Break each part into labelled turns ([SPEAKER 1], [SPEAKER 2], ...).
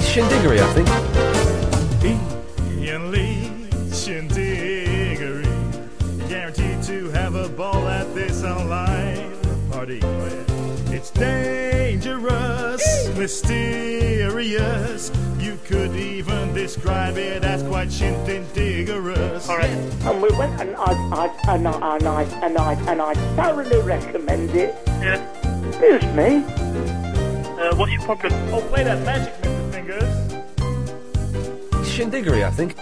[SPEAKER 1] Shindiggery, I think.
[SPEAKER 2] Ian Lee, Shindiggery, guaranteed to have a ball at this online party. It's dangerous, mysterious. You could even describe it as quite shindiggerous. All right.
[SPEAKER 3] And we went and I, I, and I, and I, and I, and I thoroughly recommend it.
[SPEAKER 2] Yeah.
[SPEAKER 3] Excuse me.
[SPEAKER 2] Uh, what's your problem? Oh, play that magic, Mr. Fingers.
[SPEAKER 1] Shindiggery, I think.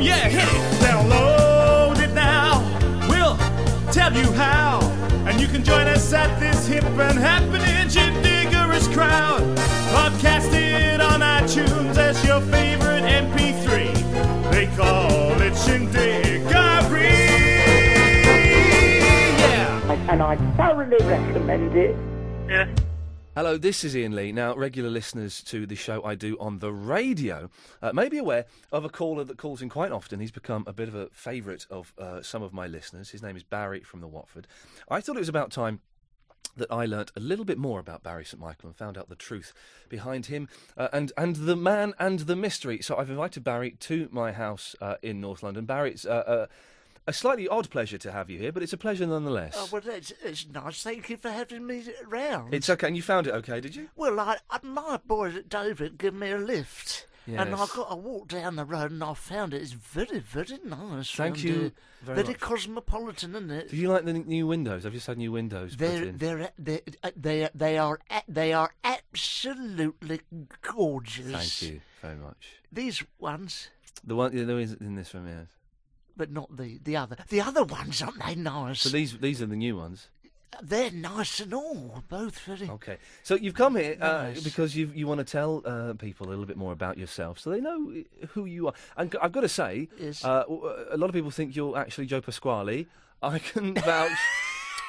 [SPEAKER 2] Yeah, hit it. Download it now. We'll tell you how. And you can join us at this hip and happening Jindiggerous crowd. Podcast it on iTunes as your favorite MP3. They call it Shindiggery. Yeah.
[SPEAKER 3] I, and I thoroughly recommend it.
[SPEAKER 1] Hello, this is Ian Lee. Now, regular listeners to the show I do on the radio uh, may be aware of a caller that calls in quite often. He's become a bit of a favourite of uh, some of my listeners. His name is Barry from the Watford. I thought it was about time that I learnt a little bit more about Barry St Michael and found out the truth behind him uh, and and the man and the mystery. So I've invited Barry to my house uh, in North London. Barry, it's uh, uh, a slightly odd pleasure to have you here, but it's a pleasure nonetheless.
[SPEAKER 4] Oh, well, it's, it's nice. Thank you for having me round.
[SPEAKER 1] It's okay, and you found it okay, did you?
[SPEAKER 4] Well, I, uh, my boys at Dover give me a lift. And I
[SPEAKER 1] Yes.
[SPEAKER 4] got a walk down the road and I found it. It's very, very nice.
[SPEAKER 1] Thank
[SPEAKER 4] round
[SPEAKER 1] you
[SPEAKER 4] here.
[SPEAKER 1] very
[SPEAKER 4] Very
[SPEAKER 1] much.
[SPEAKER 4] cosmopolitan, isn't it?
[SPEAKER 1] Do you like the n- new windows? I've just had new windows put
[SPEAKER 4] They're,
[SPEAKER 1] in.
[SPEAKER 4] they're, they're, uh, they're, they are a- they are absolutely gorgeous.
[SPEAKER 1] Thank you very much.
[SPEAKER 4] These ones,
[SPEAKER 1] The one yeah, there is in this room, yes.
[SPEAKER 4] but not the the other. The other ones aren't they nice?
[SPEAKER 1] So these these are the new ones.
[SPEAKER 4] they're nice and all. Both very.
[SPEAKER 1] Okay. So you've come here uh,
[SPEAKER 4] Nice.
[SPEAKER 1] because you you want to tell uh, people a little bit more about yourself, so they know uh, who you are. And c- I've got to say,
[SPEAKER 4] Yes.
[SPEAKER 1] uh, w- a lot of people think you're actually Joe Pasquale. I can vouch.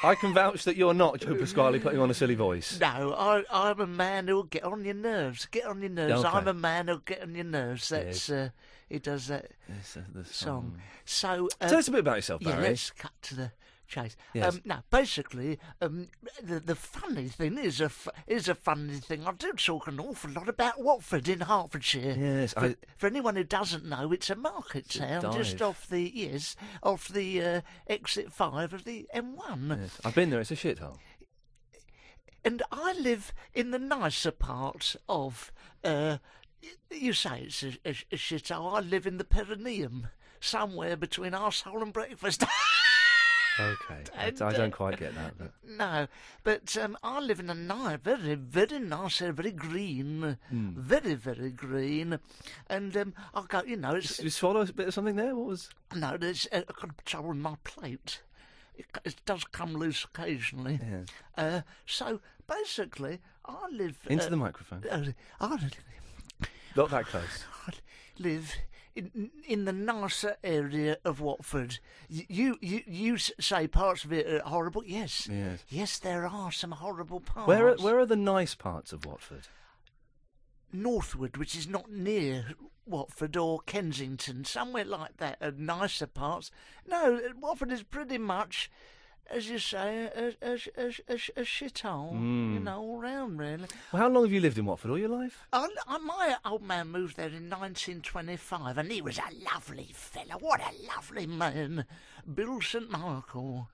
[SPEAKER 1] I can vouch that you're not Joe Pasquale putting on a silly voice.
[SPEAKER 4] No, I, I'm a man who'll get on your nerves. Get on your nerves.
[SPEAKER 1] Okay.
[SPEAKER 4] I'm a man who'll get on your nerves.
[SPEAKER 1] Yes.
[SPEAKER 4] That's uh, he does that
[SPEAKER 1] This, uh, the
[SPEAKER 4] song. So uh,
[SPEAKER 1] Tell us a bit about yourself,
[SPEAKER 4] yeah,
[SPEAKER 1] Barry.
[SPEAKER 4] let's cut to the chase.
[SPEAKER 1] Yes.
[SPEAKER 4] Um, now, basically, um, the, the funny thing is a f- is a funny thing. I do talk an awful lot about Watford in Hertfordshire.
[SPEAKER 1] Yes,
[SPEAKER 4] For,
[SPEAKER 1] I-
[SPEAKER 4] for anyone who doesn't know, it's a market town just
[SPEAKER 1] dive.
[SPEAKER 4] off the yes, off the uh, exit five of the M1
[SPEAKER 1] Yes. I've been there. It's a shithole.
[SPEAKER 4] and I live in the nicer part of. Uh, y- you say it's a, a, a shithole. I live in the perineum, somewhere between arsehole and breakfast.
[SPEAKER 1] Okay. I, I don't quite get that. But.
[SPEAKER 4] no, but um, I live in a nice, very, very nice area, very green,
[SPEAKER 1] Hmm.
[SPEAKER 4] very, very green, and um, I go, you know, it's,
[SPEAKER 1] Did you swallow a bit of something there? What was?
[SPEAKER 4] no, there's uh, I've got trouble in my plate. It, c- it does come loose occasionally.
[SPEAKER 1] Yeah.
[SPEAKER 4] Uh, so basically, I live
[SPEAKER 1] Into
[SPEAKER 4] uh,
[SPEAKER 1] the microphone.
[SPEAKER 4] Uh, I live-
[SPEAKER 1] Not that close.
[SPEAKER 4] I live in, in the nicer area of Watford. Y- You you you s- say parts of it are horrible. Yes,
[SPEAKER 1] Yes.
[SPEAKER 4] there are some horrible parts.
[SPEAKER 1] Where are, where are the nice parts of Watford?
[SPEAKER 4] Northwood, which is not near Watford or Kensington, somewhere like that, are nicer parts. No, Watford is pretty much. As you say, a, a, a, a, a shithole,
[SPEAKER 1] Hmm.
[SPEAKER 4] you know, all round, really.
[SPEAKER 1] Well, how long have you lived in Watford? All your life?
[SPEAKER 4] I, I, Oh, uh, my old man moved there in 1925, and he was a lovely fella. What a lovely man, Bill St Michael,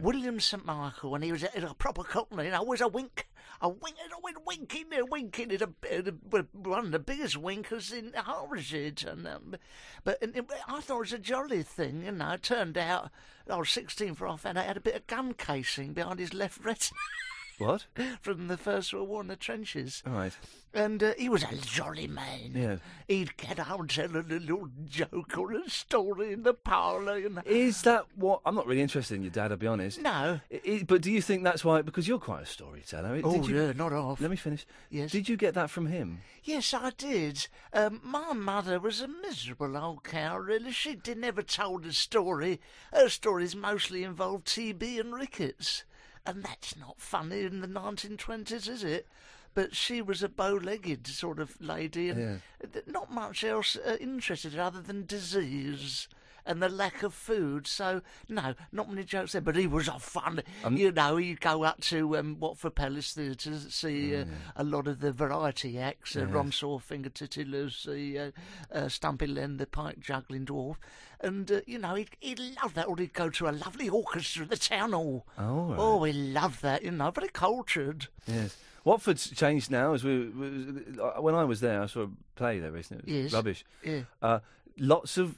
[SPEAKER 4] William St Michael, and he was a, a proper cockney. And I was a wink, a wink, and I went winking, and winking, and a, and a, one of the biggest winkers in Hertfordshire. And, um, but and, it- I thought it was a jolly thing, you know. It turned out I was 16 for half, and I had a bit of gun casing behind his left retina
[SPEAKER 1] What?
[SPEAKER 4] from the First World War in the trenches.
[SPEAKER 1] All right.
[SPEAKER 4] And uh, he was a jolly man.
[SPEAKER 1] Yeah.
[SPEAKER 4] He'd get out and tell a little joke or a story in the parlour. You know.
[SPEAKER 1] Is that what? I'm not really interested in your dad. I'll be honest.
[SPEAKER 4] No.
[SPEAKER 1] I- I- but do you think that's why? Because you're quite a storyteller. Did
[SPEAKER 4] Oh,
[SPEAKER 1] you-
[SPEAKER 4] yeah, not off.
[SPEAKER 1] Let me finish.
[SPEAKER 4] Yes.
[SPEAKER 1] Did you get that from him?
[SPEAKER 4] Yes, I did. Um, my mother was a miserable old cow, really. She did, never told a story. Her stories mostly involved TB and rickets. And that's not funny in the 1920s, is it? But she was a bow legged sort of lady and th- not much else uh, interested her other than disease and the lack of food. So no, not many jokes there. But he was a fun.
[SPEAKER 1] Um,
[SPEAKER 4] you know, he'd go up to um, Watford Palace Theatre to see
[SPEAKER 1] Mm.
[SPEAKER 4] uh, a lot of the variety acts: uh, Ron Sawfinger, Titty Lucy, uh, uh, Stumpy Len, the Pike Juggling Dwarf, and uh, you know he'd, he'd love that. Or he'd go to a lovely orchestra at the town hall.
[SPEAKER 1] Oh, right.
[SPEAKER 4] oh, he loved that. You know, very cultured.
[SPEAKER 1] Yes. Watford's changed now. As we, we- uh, when I was there, I saw a play there recently. It was
[SPEAKER 4] Yes.
[SPEAKER 1] rubbish.
[SPEAKER 4] Yeah.
[SPEAKER 1] Uh, lots of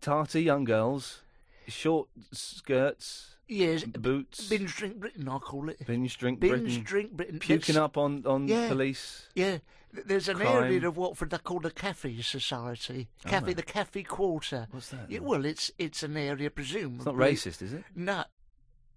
[SPEAKER 1] tarty young girls, short skirts,
[SPEAKER 4] Yes,
[SPEAKER 1] boots,
[SPEAKER 4] binge drink Britain, I call it.
[SPEAKER 1] binge drink,
[SPEAKER 4] Binge
[SPEAKER 1] Britain,
[SPEAKER 4] drink Britain.
[SPEAKER 1] puking
[SPEAKER 4] It's-
[SPEAKER 1] up on on
[SPEAKER 4] Yeah.
[SPEAKER 1] police.
[SPEAKER 4] Yeah, th- there's an
[SPEAKER 1] Crime. Oh,
[SPEAKER 4] area of Watford they call the Cafe Society. Cafe, the Cafe Quarter.
[SPEAKER 1] What's that
[SPEAKER 4] Yeah,
[SPEAKER 1] then?
[SPEAKER 4] well, it's it's an area presumably.
[SPEAKER 1] It's not racist, is it?
[SPEAKER 4] No.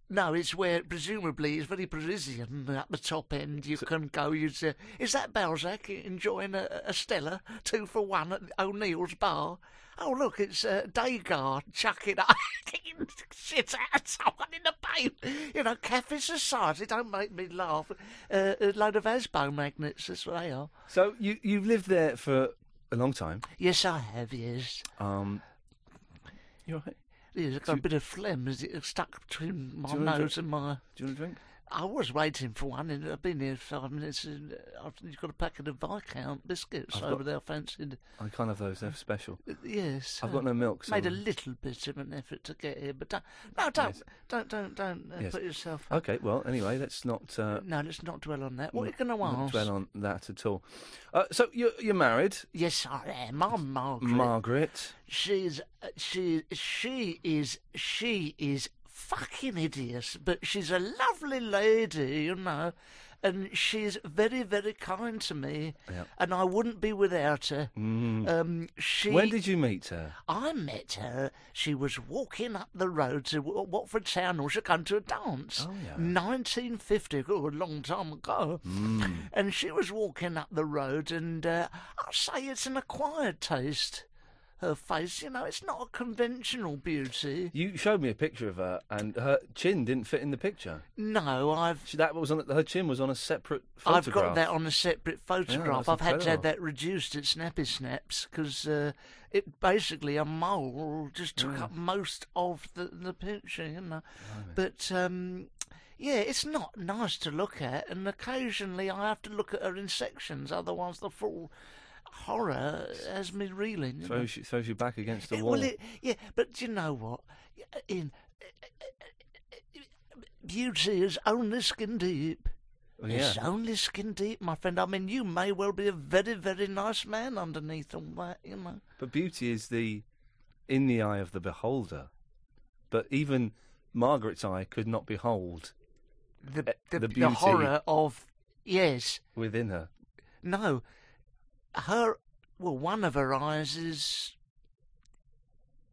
[SPEAKER 4] No, it's where presumably it's very Parisian at the top end. You can go. You uh, is that Balzac e-, enjoying a, a Stella two for one at O'Neill's bar? Oh look, it's uh, Dagar chucking kicking shit out of someone in the pain. You know, cafe society. Don't make me laugh. Uh, a load of Asbo magnets, that's what they are.
[SPEAKER 1] So you you've lived there for a long time.
[SPEAKER 4] Yes, I have. Yes,
[SPEAKER 1] Um, you all right?
[SPEAKER 4] yes. I've got a bit of phlegm is it stuck between my
[SPEAKER 1] you wanna
[SPEAKER 4] nose
[SPEAKER 1] drink-
[SPEAKER 4] and my.
[SPEAKER 1] Do you want a drink?
[SPEAKER 4] I was waiting for one, and I've been here five minutes, and uh, I've you've got a packet of Viscount biscuits over there. I fancied,
[SPEAKER 1] I can't have those. They're special.
[SPEAKER 4] yes. uh,
[SPEAKER 1] I've got no milk. So
[SPEAKER 4] Made a little bit of an effort to get here, but don't, no, don't, don't, don't, don't uh,
[SPEAKER 1] Yes.
[SPEAKER 4] put yourself.
[SPEAKER 1] Okay. Well, anyway, let's not. Uh,
[SPEAKER 4] No, let's not dwell on that. What are you going to
[SPEAKER 1] not
[SPEAKER 4] ask?
[SPEAKER 1] dwell on that at all. Uh, so you're you're married,
[SPEAKER 4] Yes, I am. I'm Margaret.
[SPEAKER 1] Margaret.
[SPEAKER 4] she's uh, she she is she is fucking hideous, but she's a lovely lady, you know, and she's very very kind to me, and I wouldn't be without her. Um, she
[SPEAKER 1] Mm. When did you meet her?
[SPEAKER 4] I met her. She was walking up the road to Wa- Watford Town Hall. She'd come to a dance.
[SPEAKER 1] Oh, yeah.
[SPEAKER 4] 1950, oh, a long time ago.
[SPEAKER 1] Mm.
[SPEAKER 4] And she was walking up the road, and uh, I'll say it's an acquired taste. Her face, you know, it's not a conventional beauty.
[SPEAKER 1] You showed me a picture of her, and her chin didn't fit in the picture.
[SPEAKER 4] No, I've
[SPEAKER 1] She, that was on her chin was on a separate
[SPEAKER 4] I've
[SPEAKER 1] photograph.
[SPEAKER 4] got that on a separate photograph.
[SPEAKER 1] that's
[SPEAKER 4] I've had to have
[SPEAKER 1] incredible.
[SPEAKER 4] that reduced at Snappy Snaps because uh, it basically a mole just
[SPEAKER 1] Mm.
[SPEAKER 4] took up most of the, the picture, you know. But um, yeah, it's not nice to look at, and occasionally I have to look at her in sections, otherwise the full horror has me reeling. you know.
[SPEAKER 1] Throws you, throws you back against the
[SPEAKER 4] Yeah,
[SPEAKER 1] wall.
[SPEAKER 4] Well, it, yeah, but do you know what? Yeah, In uh, beauty is only skin deep. It's
[SPEAKER 1] Oh, yeah.
[SPEAKER 4] only skin deep, my friend. I mean, you may well be a very, very nice man underneath all that, you know.
[SPEAKER 1] But beauty is the in the eye of the beholder. But even Margaret's eye could not behold Eh,
[SPEAKER 4] The the,
[SPEAKER 1] the
[SPEAKER 4] the,
[SPEAKER 1] beauty.
[SPEAKER 4] horror of yes,
[SPEAKER 1] within her.
[SPEAKER 4] no, her. Well, one of her eyes is.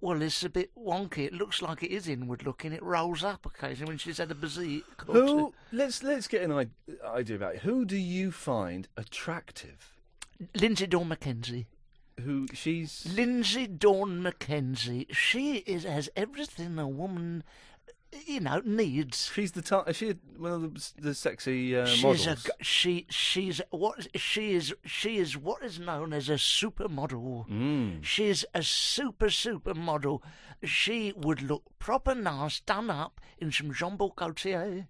[SPEAKER 4] Well, it's a bit wonky. It looks like it is inward looking. It rolls up occasionally when she's had a bazique. or two.
[SPEAKER 1] Who? Let's let's get an i- idea about it. Who do you find attractive?
[SPEAKER 4] Lindsay Dawn Mackenzie.
[SPEAKER 1] Who she's?
[SPEAKER 4] Lindsay Dawn Mackenzie. She is has everything a woman, you know, needs.
[SPEAKER 1] She's the tar- is she one of the, the sexy uh,
[SPEAKER 4] She's
[SPEAKER 1] models?
[SPEAKER 4] a g- she. She's what she is. She is what is known as a supermodel. She's a super supermodel. She would look proper nice, done up in some Jean Paul Gaultier,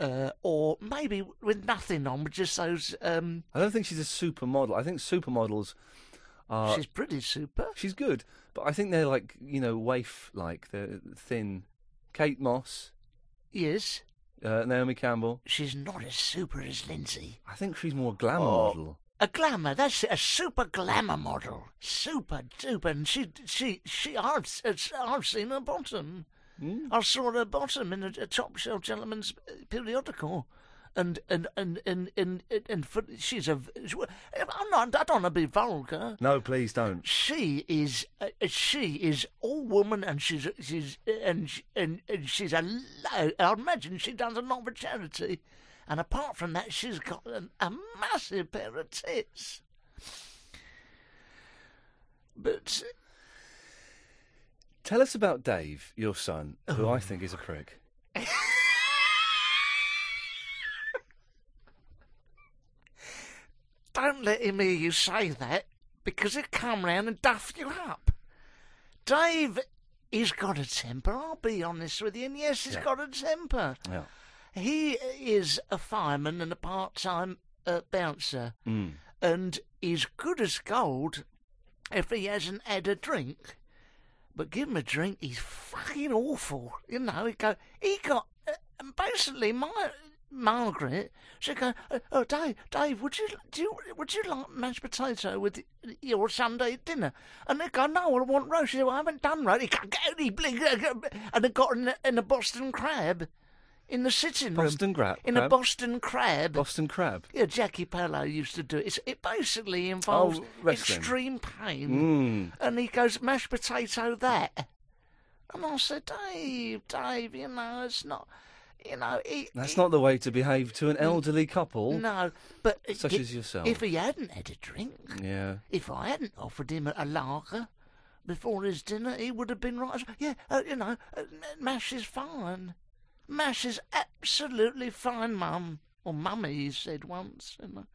[SPEAKER 4] uh, or maybe with nothing on, with just those. Um,
[SPEAKER 1] I don't think she's a supermodel. I think supermodels
[SPEAKER 4] she's pretty super.
[SPEAKER 1] She's good, but I think they're like you know waif like they're thin. Kate Moss,
[SPEAKER 4] Yes,
[SPEAKER 1] uh, Naomi Campbell.
[SPEAKER 4] she's not as super as Lindsay.
[SPEAKER 1] I think she's more glamour
[SPEAKER 4] Oh,
[SPEAKER 1] model.
[SPEAKER 4] A glamour, that's it, a super glamour model. Super duper. And she, she, she, I've, s- I've seen her bottom. I saw her bottom in a, a top shelf gentleman's uh, periodical. And and and and and, and, and for, she's a. v- I'm not. I don't want to be vulgar.
[SPEAKER 1] No, please don't.
[SPEAKER 4] She is. Uh, she is all woman, and she's she's and sh- and, and she's a. lo- I imagine she does a lot for charity, and apart from that, she's got an, a massive pair of tits. But
[SPEAKER 1] Tell us about Dave, your son, who I think is a prick.
[SPEAKER 4] don't let him hear you say that, because he'll come round and duff you up. Dave, he's got a temper. I'll be honest with you. And yes, he's
[SPEAKER 1] Yeah.
[SPEAKER 4] got a temper.
[SPEAKER 1] Yeah.
[SPEAKER 4] He is a fireman and a part-time uh, bouncer,
[SPEAKER 1] Mm.
[SPEAKER 4] and he's good as gold if he hasn't had a drink. But give him a drink, he's fucking awful. You know, he go, he got, uh, and basically my Margaret, she go, oh, oh Dave, Dave, would you do you, would you like mashed potato with your Sunday dinner? And they go, no, I want roast. She said, well, I haven't done roast. He go, get any bling, and they got in a, in a Boston crab. In the sitting room.
[SPEAKER 1] Boston gra-
[SPEAKER 4] Um, In a
[SPEAKER 1] crab?
[SPEAKER 4] Boston crab.
[SPEAKER 1] Boston crab.
[SPEAKER 4] Yeah, Jackie Palo used to do it. It's, it basically involves
[SPEAKER 1] Oh, wrestling. Mm.
[SPEAKER 4] extreme pain. And he goes, mashed potato that. And I said, Dave, Dave, you know, it's not, you know, he,
[SPEAKER 1] That's
[SPEAKER 4] he-
[SPEAKER 1] not the way to behave to an elderly couple.
[SPEAKER 4] No, but.
[SPEAKER 1] Such
[SPEAKER 4] i-
[SPEAKER 1] as yourself.
[SPEAKER 4] If he hadn't had a drink,
[SPEAKER 1] Yeah.
[SPEAKER 4] if I hadn't offered him a lager before his dinner, he would have been right. as- Yeah, uh, you know, uh, m- mash is fine. Mash is absolutely fine, mum. Or mummy, he said once. You know.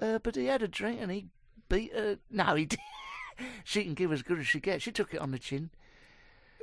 [SPEAKER 4] uh, but he had a drink and he beat her. No, he did. she can give as good as she gets. She took it on the chin.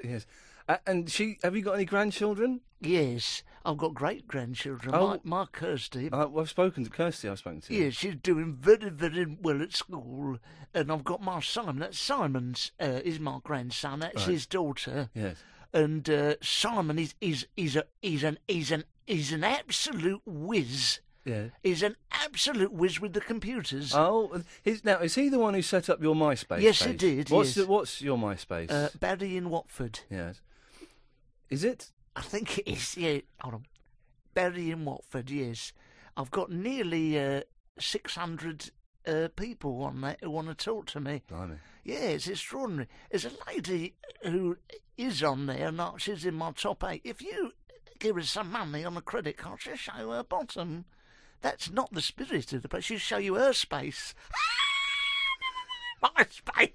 [SPEAKER 1] Yes. A- and she, have you got any grandchildren?
[SPEAKER 4] Yes, I've got great grandchildren.
[SPEAKER 1] Oh.
[SPEAKER 4] My, my Kirsty.
[SPEAKER 1] I, I've spoken to Kirsty. I've spoken to.
[SPEAKER 4] Yeah, she's doing very, very well at school. And I've got my son. That's Simon's. Uh, is my grandson. That's his daughter.
[SPEAKER 1] Yes.
[SPEAKER 4] And uh, Simon is is is a is an is an is an absolute whiz.
[SPEAKER 1] Yeah.
[SPEAKER 4] Is an absolute whiz with the computers.
[SPEAKER 1] Oh, is, now is he the one who set up your MySpace?
[SPEAKER 4] Yes, he
[SPEAKER 1] page?
[SPEAKER 4] did,
[SPEAKER 1] What's
[SPEAKER 4] yes.
[SPEAKER 1] the- what's your MySpace?
[SPEAKER 4] uh, Barry in Watford.
[SPEAKER 1] yes. Is it?
[SPEAKER 4] I think it is. Yeah, hold on. Barry in Watford. Yes, I've got nearly uh, six hundred uh, people on that who want to talk to me.
[SPEAKER 1] Blimey.
[SPEAKER 4] Yeah, it's extraordinary. There's a lady who is on there, now she's in my top eight. If you give her some money on a credit card, she'll show her bottom. That's not the spirit of the place. She'll show you her space. Ah, my space.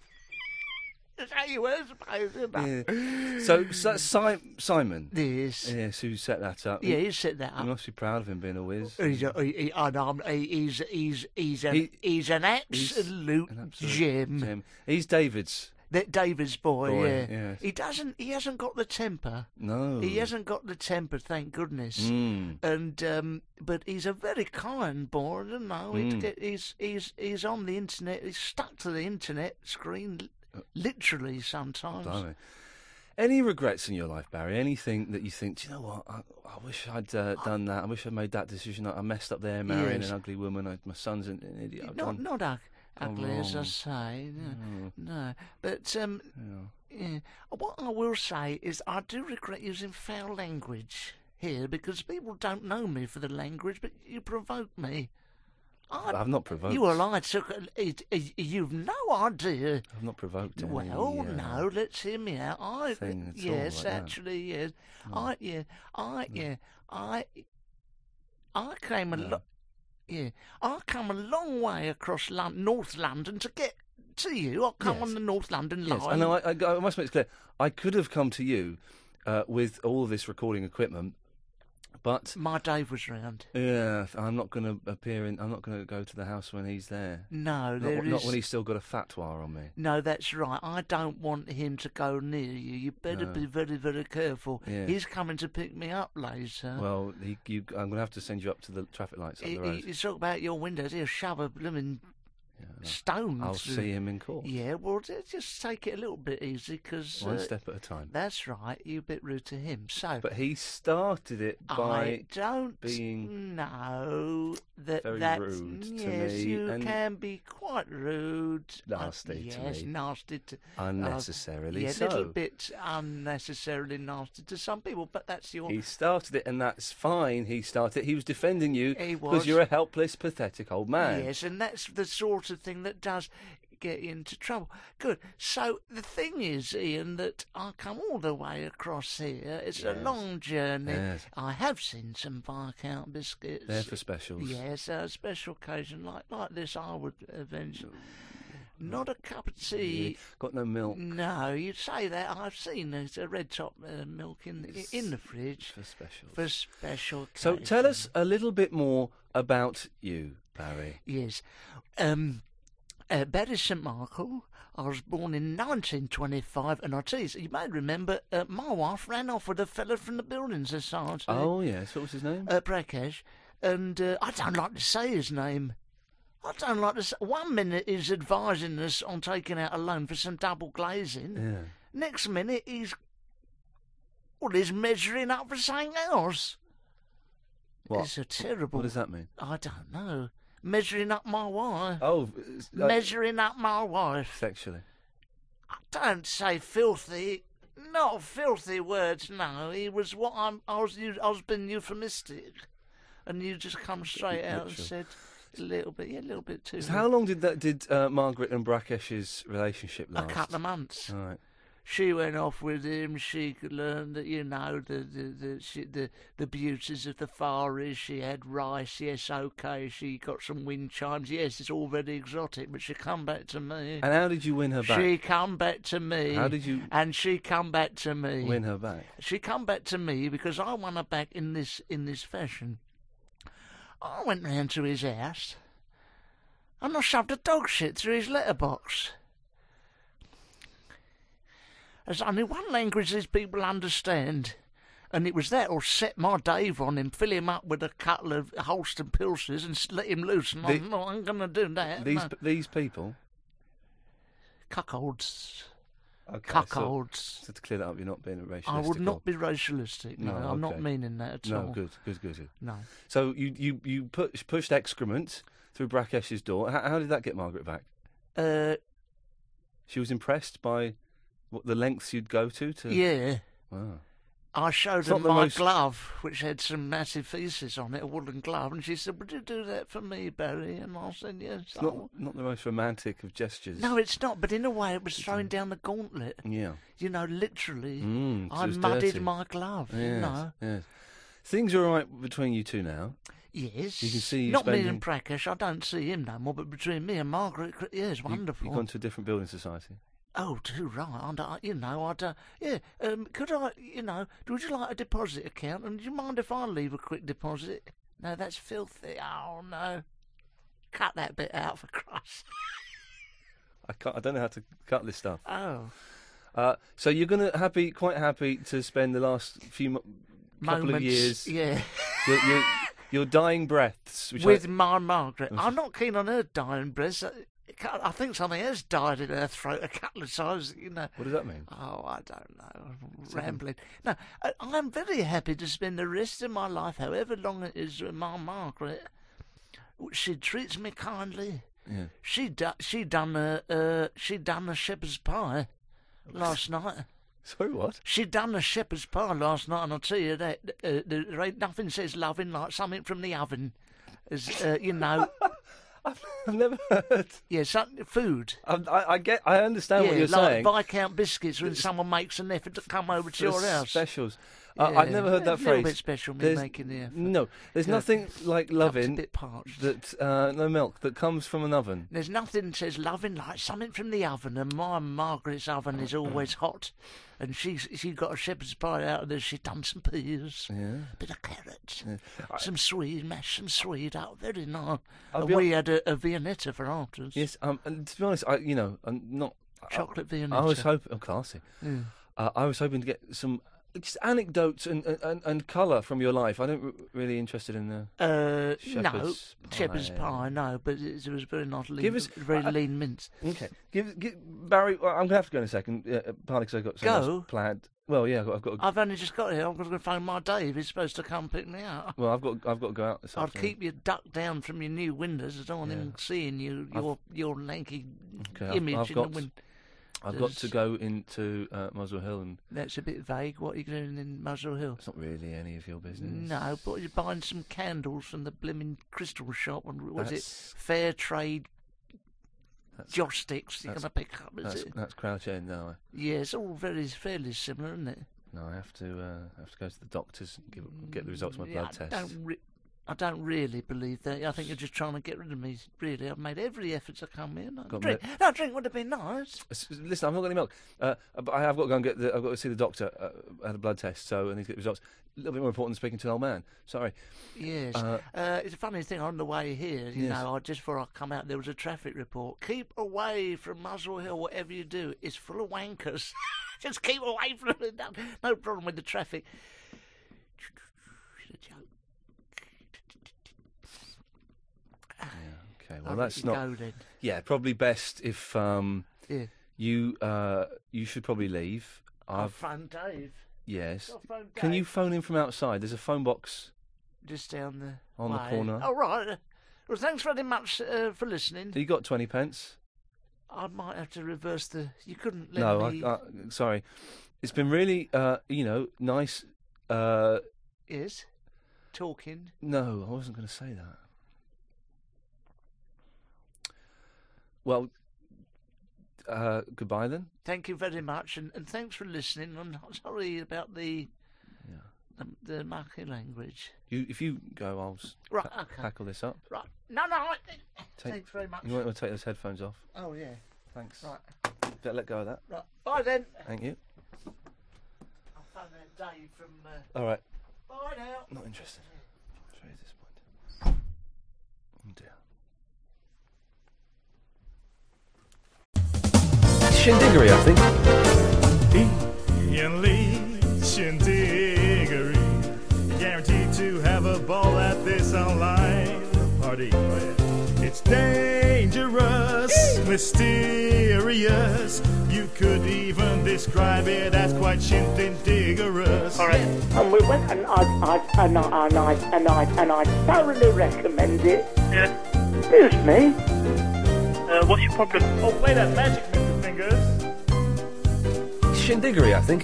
[SPEAKER 4] She'll show you her space, isn't it?
[SPEAKER 1] Yeah. So, so si- Simon.
[SPEAKER 4] This.
[SPEAKER 1] Yes, who set that up?
[SPEAKER 4] Yeah, Uh, he set that
[SPEAKER 1] You
[SPEAKER 4] up.
[SPEAKER 1] must be proud of him being a whiz.
[SPEAKER 4] He's, a, he, he, I know, I'm- he- he's, he's, he's, an,
[SPEAKER 1] He-
[SPEAKER 4] he's an
[SPEAKER 1] He's
[SPEAKER 4] absolute,
[SPEAKER 1] an absolute
[SPEAKER 4] gem.
[SPEAKER 1] He's David's.
[SPEAKER 4] That David's boy,
[SPEAKER 1] Boy,
[SPEAKER 4] yeah.
[SPEAKER 1] yes.
[SPEAKER 4] He doesn't. He hasn't got the temper.
[SPEAKER 1] No.
[SPEAKER 4] He hasn't got the temper, thank goodness.
[SPEAKER 1] Mm.
[SPEAKER 4] And um, but he's a very kind boy. You know, He'd get- he's he's he's on the internet. He's stuck to the internet screen, l- literally sometimes.
[SPEAKER 1] Blimey. Any regrets in your life, Barry? Anything that you think, do you know what? I, I wish I'd uh, done that. I wish I'd made that decision. I, I messed up there, marrying
[SPEAKER 4] Yes.
[SPEAKER 1] an ugly woman. I, my son's an, an idiot. I've
[SPEAKER 4] Not
[SPEAKER 1] done-
[SPEAKER 4] not ug- ugly as I
[SPEAKER 1] wrong.
[SPEAKER 4] say. No, no. but um, yeah. what I will say is I do regret using foul language here because people don't know me for the language, but you provoke me. I
[SPEAKER 1] I've not provoked.
[SPEAKER 4] You and I took. A, it, it, Eh, you've no idea.
[SPEAKER 1] I've not provoked. Any,
[SPEAKER 4] Well,
[SPEAKER 1] uh,
[SPEAKER 4] no, let's hear me out. I
[SPEAKER 1] thing at all
[SPEAKER 4] yes,
[SPEAKER 1] like that. Hmm.
[SPEAKER 4] actually, yes. I yeah, I yeah, I I came a lot. Yeah, I come a long way across Lon- North London to get to you. I come
[SPEAKER 1] Yes.
[SPEAKER 4] on the North London line.
[SPEAKER 1] Yes, and I, I, I must make this clear. I could have come to you uh, with all of this recording equipment, but
[SPEAKER 4] My Dave was round.
[SPEAKER 1] yeah, I'm not going to appear in. I'm not going to go to the house when he's there.
[SPEAKER 4] No,
[SPEAKER 1] Not,
[SPEAKER 4] there is.
[SPEAKER 1] not when he's still got a fatwa on me.
[SPEAKER 4] No, that's right. I don't want him to go near you. You better
[SPEAKER 1] No.
[SPEAKER 4] be very, very careful.
[SPEAKER 1] Yeah.
[SPEAKER 4] He's coming to pick me up later.
[SPEAKER 1] Well, he, you, I'm going to have to send you up to the traffic lights up
[SPEAKER 4] He-
[SPEAKER 1] the
[SPEAKER 4] he-
[SPEAKER 1] road.
[SPEAKER 4] You talk about your windows. He'll shove a blooming stone.
[SPEAKER 1] I'll
[SPEAKER 4] through-
[SPEAKER 1] see him in court.
[SPEAKER 4] Yeah, well, ju- just take it a little bit easy because
[SPEAKER 1] One step at a time.
[SPEAKER 4] that's right. You're a bit rude to him. So
[SPEAKER 1] But he started it by.
[SPEAKER 4] I don't
[SPEAKER 1] being
[SPEAKER 4] know that
[SPEAKER 1] very
[SPEAKER 4] that's,
[SPEAKER 1] rude to
[SPEAKER 4] yes,
[SPEAKER 1] me
[SPEAKER 4] you
[SPEAKER 1] and
[SPEAKER 4] can be quite rude, uh,
[SPEAKER 1] Nasty to
[SPEAKER 4] yes,
[SPEAKER 1] me.
[SPEAKER 4] nasty to uh,
[SPEAKER 1] Unnecessarily
[SPEAKER 4] yeah, a little
[SPEAKER 1] so.
[SPEAKER 4] bit unnecessarily nasty to some people, but that's your
[SPEAKER 1] He started it, and that's fine. He started. He was defending you
[SPEAKER 4] He
[SPEAKER 1] because you're a helpless, pathetic old man.
[SPEAKER 4] Yes, and that's the sort of thing that does get you into trouble. Good. So the thing is, Ian, that I come all the way across here. It's a
[SPEAKER 1] Yes.
[SPEAKER 4] long journey.
[SPEAKER 1] Yes.
[SPEAKER 4] I have seen some Viscount biscuits.
[SPEAKER 1] They're for specials.
[SPEAKER 4] Yes, a special occasion like, like this, I would eventually. Not a cup of tea.
[SPEAKER 1] Got no milk
[SPEAKER 4] No, you say that. I've seen there's a red top uh, milk in, in the fridge
[SPEAKER 1] for specials.
[SPEAKER 4] for special
[SPEAKER 1] so
[SPEAKER 4] occasions.
[SPEAKER 1] tell us a little bit more about you, Barry.
[SPEAKER 4] Yes. Um, Uh, Barry St Michael. I was born in 1925, and I tell you, so you may remember uh, my wife ran off with a fellow from the Building Society,
[SPEAKER 1] Oh, yes. What was his name?
[SPEAKER 4] uh, Prakash, and uh, I don't like to say his name. I don't like to say. One minute he's advising us on taking out a loan for some double glazing.
[SPEAKER 1] yeah.
[SPEAKER 4] Next minute he's well, he's measuring up for something else. It's
[SPEAKER 1] What?
[SPEAKER 4] a terrible.
[SPEAKER 1] What does that mean?
[SPEAKER 4] I don't know. Measuring up my wife.
[SPEAKER 1] Oh, it's- uh,
[SPEAKER 4] Measuring up my wife.
[SPEAKER 1] sexually.
[SPEAKER 4] Don't say filthy. Not filthy words. No, he was what I'm. I was. eu- I was being euphemistic, and you just come straight out and
[SPEAKER 1] Literal.
[SPEAKER 4] said a little bit. Yeah, a little bit too.
[SPEAKER 1] So how long did that did uh, Margaret and Brakesh's relationship
[SPEAKER 4] a
[SPEAKER 1] last?
[SPEAKER 4] couple of months.
[SPEAKER 1] All right.
[SPEAKER 4] she went off with him. She could learn that you know the the the she, the, the beauties of the Far East. She had rice. Yes, okay. She got some wind chimes. Yes, it's all very exotic. But she come back to me.
[SPEAKER 1] And how did you win her back?
[SPEAKER 4] she come back to me.
[SPEAKER 1] How did you-
[SPEAKER 4] And she come back to me.
[SPEAKER 1] Win her back.
[SPEAKER 4] She come back to me because I won her back in this in this fashion. I went round to his house, and I shoved a dog shit through his letterbox. There's only one language these people understand, and it was that or set my Dave on him, fill him up with a couple of Holston Pilsners and s- let him loose. And
[SPEAKER 1] The-
[SPEAKER 4] I'm not I'm going to do that.
[SPEAKER 1] These
[SPEAKER 4] no.
[SPEAKER 1] p- these people.
[SPEAKER 4] cuckolds,
[SPEAKER 1] Okay, so-
[SPEAKER 4] cuckolds.
[SPEAKER 1] So, to clear that up, you're not being racialistic.
[SPEAKER 4] I would
[SPEAKER 1] or-
[SPEAKER 4] not be racialistic. No,
[SPEAKER 1] No,
[SPEAKER 4] I'm not
[SPEAKER 1] okay.
[SPEAKER 4] meaning that at
[SPEAKER 1] No,
[SPEAKER 4] all.
[SPEAKER 1] good, good, good. good.
[SPEAKER 4] No.
[SPEAKER 1] So you you you push, pushed excrement through Brakesh's door. How, how did that get Margaret back?
[SPEAKER 4] Uh,
[SPEAKER 1] She was impressed by what the lengths you'd go to to.
[SPEAKER 4] yeah.
[SPEAKER 1] Wow.
[SPEAKER 4] I showed
[SPEAKER 1] not
[SPEAKER 4] her
[SPEAKER 1] the
[SPEAKER 4] my
[SPEAKER 1] most-
[SPEAKER 4] glove, which had some massive feces on it, a woolen glove, and she said, "Would you do that for me, Barry?" And I said, "Yes."
[SPEAKER 1] It's
[SPEAKER 4] I
[SPEAKER 1] not
[SPEAKER 4] will."
[SPEAKER 1] not the most romantic of gestures.
[SPEAKER 4] Oh. No, it's not. But in a way, it was throwing down the gauntlet.
[SPEAKER 1] Yeah.
[SPEAKER 4] You know, literally,
[SPEAKER 1] Mm, 'cause it
[SPEAKER 4] I
[SPEAKER 1] was
[SPEAKER 4] muddied
[SPEAKER 1] dirty.
[SPEAKER 4] my glove.
[SPEAKER 1] Yes,
[SPEAKER 4] You know.
[SPEAKER 1] yes. Things are all right between you two now.
[SPEAKER 4] Yes.
[SPEAKER 1] You can see you
[SPEAKER 4] not me
[SPEAKER 1] spending-
[SPEAKER 4] and Prakash. I don't see him no more. But between me and Margaret, yeah, it's wonderful.
[SPEAKER 1] You've gone to a different building society.
[SPEAKER 4] Oh, too right. And I, you know, I'd, uh, yeah, um, could I, you know, would you like a deposit account? And do you mind if I leave a quick deposit? No, that's filthy. Oh, no. Cut that bit out for Christ.
[SPEAKER 1] I can't. I don't know how to cut this stuff.
[SPEAKER 4] Oh,
[SPEAKER 1] Uh, so you're gonna happy, quite happy to spend the last few mo- couple
[SPEAKER 4] moments.
[SPEAKER 1] of years,
[SPEAKER 4] Yeah.
[SPEAKER 1] your, your, your dying breaths, which
[SPEAKER 4] With
[SPEAKER 1] I,
[SPEAKER 4] my Margaret. I'm not keen on her dying, Briz. I think something has died in her throat a couple of times, you know.
[SPEAKER 1] what does that mean?
[SPEAKER 4] Oh, I don't know. I'm Rambling. No, I- I'm very happy to spend the rest of my life, however long it is, with my Margaret. She treats me kindly.
[SPEAKER 1] Yeah.
[SPEAKER 4] She do, she done a uh, she done a shepherd's pie last night.
[SPEAKER 1] Sorry, what?
[SPEAKER 4] She done a shepherd's pie last night, and I'll tell you that uh, there ain't nothing says loving like something from the oven. As, uh, you know,
[SPEAKER 1] I've never heard.
[SPEAKER 4] yeah, some, food.
[SPEAKER 1] I'm, I, I get. I understand
[SPEAKER 4] Yeah,
[SPEAKER 1] what you're saying.
[SPEAKER 4] like Viscount biscuits when someone makes an effort to come over to
[SPEAKER 1] The
[SPEAKER 4] your house.
[SPEAKER 1] Specials. Uh, I've
[SPEAKER 4] Yeah.
[SPEAKER 1] never heard
[SPEAKER 4] A
[SPEAKER 1] that
[SPEAKER 4] little
[SPEAKER 1] phrase.
[SPEAKER 4] bit special, me
[SPEAKER 1] There's-
[SPEAKER 4] making the effort.
[SPEAKER 1] No, there's
[SPEAKER 4] Yeah.
[SPEAKER 1] nothing like
[SPEAKER 4] Cup's a
[SPEAKER 1] loving
[SPEAKER 4] bit parched.
[SPEAKER 1] that uh, no milk that comes from an oven.
[SPEAKER 4] There's nothing says loving like something from the oven, and my Margaret's oven is always hot. And she she got a shepherd's pie out of this. She done some peas,
[SPEAKER 1] Yeah.
[SPEAKER 4] bit of carrot, some swede, mashed some swede up, very nice.
[SPEAKER 1] I'll
[SPEAKER 4] and
[SPEAKER 1] be hon-
[SPEAKER 4] we had a, a Viennetta for afters,
[SPEAKER 1] Yes. Um. And to be honest, I you know I'm not. I-
[SPEAKER 4] chocolate Viennetta.
[SPEAKER 1] I was hoping, oh, classy. Uh, I was hoping to get some uh, just anecdotes and and, and colour from your life. I don't r- really interested in the.
[SPEAKER 4] uh,
[SPEAKER 1] Shepherd's
[SPEAKER 4] no shepherd's
[SPEAKER 1] pie.
[SPEAKER 4] pie, no, but it, it was very nice, lean,
[SPEAKER 1] Give us-
[SPEAKER 4] very
[SPEAKER 1] I-
[SPEAKER 4] lean mince.
[SPEAKER 1] Okay, give, give Barry. Well, I'm gonna have to go in a second, uh, partly because I've got some
[SPEAKER 4] Go?
[SPEAKER 1] planned. Well, yeah, I've got. I've got to,
[SPEAKER 4] I've only just got here. I'm going to phone my Dave. He's supposed to come pick me up.
[SPEAKER 1] well, I've got. I've got to go out. This
[SPEAKER 4] I'd
[SPEAKER 1] afternoon.
[SPEAKER 4] keep you ducked down from your new windows. I don't want him seeing you, your your lanky
[SPEAKER 1] Okay, I've-
[SPEAKER 4] image
[SPEAKER 1] I've
[SPEAKER 4] in
[SPEAKER 1] got-
[SPEAKER 4] the window.
[SPEAKER 1] I've got to go into uh, Muswell Hill, and
[SPEAKER 4] That's a bit vague. What are you doing in Muswell Hill?
[SPEAKER 1] it's not really any of your business.
[SPEAKER 4] No, but you're buying some candles from the blimmin' crystal shop. And was it
[SPEAKER 1] That's-
[SPEAKER 4] fair trade? Joss sticks you're
[SPEAKER 1] that's-
[SPEAKER 4] going to pick up, is
[SPEAKER 1] that's
[SPEAKER 4] it?
[SPEAKER 1] that's Crouch End now. I-
[SPEAKER 4] Yeah, it's all very fairly similar, isn't it?
[SPEAKER 1] No, I have to. Uh, I have to go to the doctors and give, get the results of my blood
[SPEAKER 4] Mm, yeah,
[SPEAKER 1] test.
[SPEAKER 4] Don't rip I don't really believe that. I think you're just trying to get rid of me, really. I've made every effort to come here. No,
[SPEAKER 1] Got
[SPEAKER 4] drink.
[SPEAKER 1] rid-
[SPEAKER 4] no drink would have been nice.
[SPEAKER 1] S- s- Listen, I've not got any milk, uh, but I have got to go and get. The, I've got to see the doctor uh, at a blood test, so I need to get results. A little bit more important than speaking to an old man. Sorry.
[SPEAKER 4] Yes.
[SPEAKER 1] Uh,
[SPEAKER 4] Uh, it's a funny thing on the way here, you
[SPEAKER 1] Yes.
[SPEAKER 4] know, I, just before I come out, there was a traffic report. Keep away from Muzzle Hill, whatever you do. It's full of wankers. just keep away from it. No, no problem with the traffic. It's a joke.
[SPEAKER 1] Okay.
[SPEAKER 4] I
[SPEAKER 1] Well, that's
[SPEAKER 4] think you
[SPEAKER 1] not.
[SPEAKER 4] Go then.
[SPEAKER 1] Yeah, probably best if um,
[SPEAKER 4] Yeah.
[SPEAKER 1] you uh, you should probably leave.
[SPEAKER 4] I'll
[SPEAKER 1] I've
[SPEAKER 4] phone Dave.
[SPEAKER 1] yes.
[SPEAKER 4] I'll phone
[SPEAKER 1] Can you
[SPEAKER 4] Dave.
[SPEAKER 1] phone in from outside? There's a phone box.
[SPEAKER 4] Just down the
[SPEAKER 1] On the
[SPEAKER 4] way.
[SPEAKER 1] corner.
[SPEAKER 4] All right. Well, thanks very much uh, for listening.
[SPEAKER 1] Have you got twenty pence?
[SPEAKER 4] I might have to reverse the. You couldn't let
[SPEAKER 1] no,
[SPEAKER 4] me.
[SPEAKER 1] I, I, sorry. It's been really, uh, you know, nice. Uh,
[SPEAKER 4] Yes. Talking.
[SPEAKER 1] no, I wasn't going to say that. Well, uh, goodbye then.
[SPEAKER 4] Thank you very much, and, and thanks for listening. I'm sorry about the the, the mucky language.
[SPEAKER 1] You, if you go, I'll s-
[SPEAKER 4] Right,
[SPEAKER 1] ta-
[SPEAKER 4] okay.
[SPEAKER 1] tackle this up.
[SPEAKER 4] Right. No, no. I,
[SPEAKER 1] Take-
[SPEAKER 4] thanks very much.
[SPEAKER 1] You might want to take those headphones off.
[SPEAKER 4] Oh yeah.
[SPEAKER 1] Thanks.
[SPEAKER 4] Right.
[SPEAKER 1] Better let go of that.
[SPEAKER 4] Right. Bye then.
[SPEAKER 1] Thank you.
[SPEAKER 4] I'll phone that Dave from. Uh,
[SPEAKER 1] All right.
[SPEAKER 4] bye now.
[SPEAKER 1] Not interested. I was very disappointed. Oh dear. Oh, Shindiggery, I think.
[SPEAKER 2] Ian Lee, Shindiggery. Guaranteed to have a ball at this online party. It's dangerous, mysterious. You could even describe it as quite shindiggerous. All right.
[SPEAKER 3] And we went and I, I, and I, and I, and I, and I thoroughly recommend it.
[SPEAKER 2] Yeah.
[SPEAKER 3] Excuse me.
[SPEAKER 2] Uh, what's your problem? Oh, play that magic, Mr. Fingers.
[SPEAKER 1] Shindiggery, I think.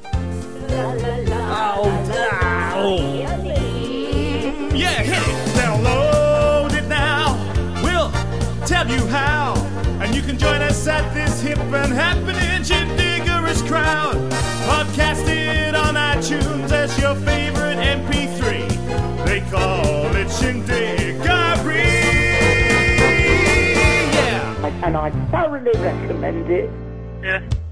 [SPEAKER 2] Yeah, hit it. Download it now. We'll tell you how. And you can join us at this hip and happening Jindiggerous crowd. Podcast it on iTunes as your favorite MP3. They call it Shindiggery. Yeah.
[SPEAKER 3] I, and I thoroughly recommend it.
[SPEAKER 2] Yeah.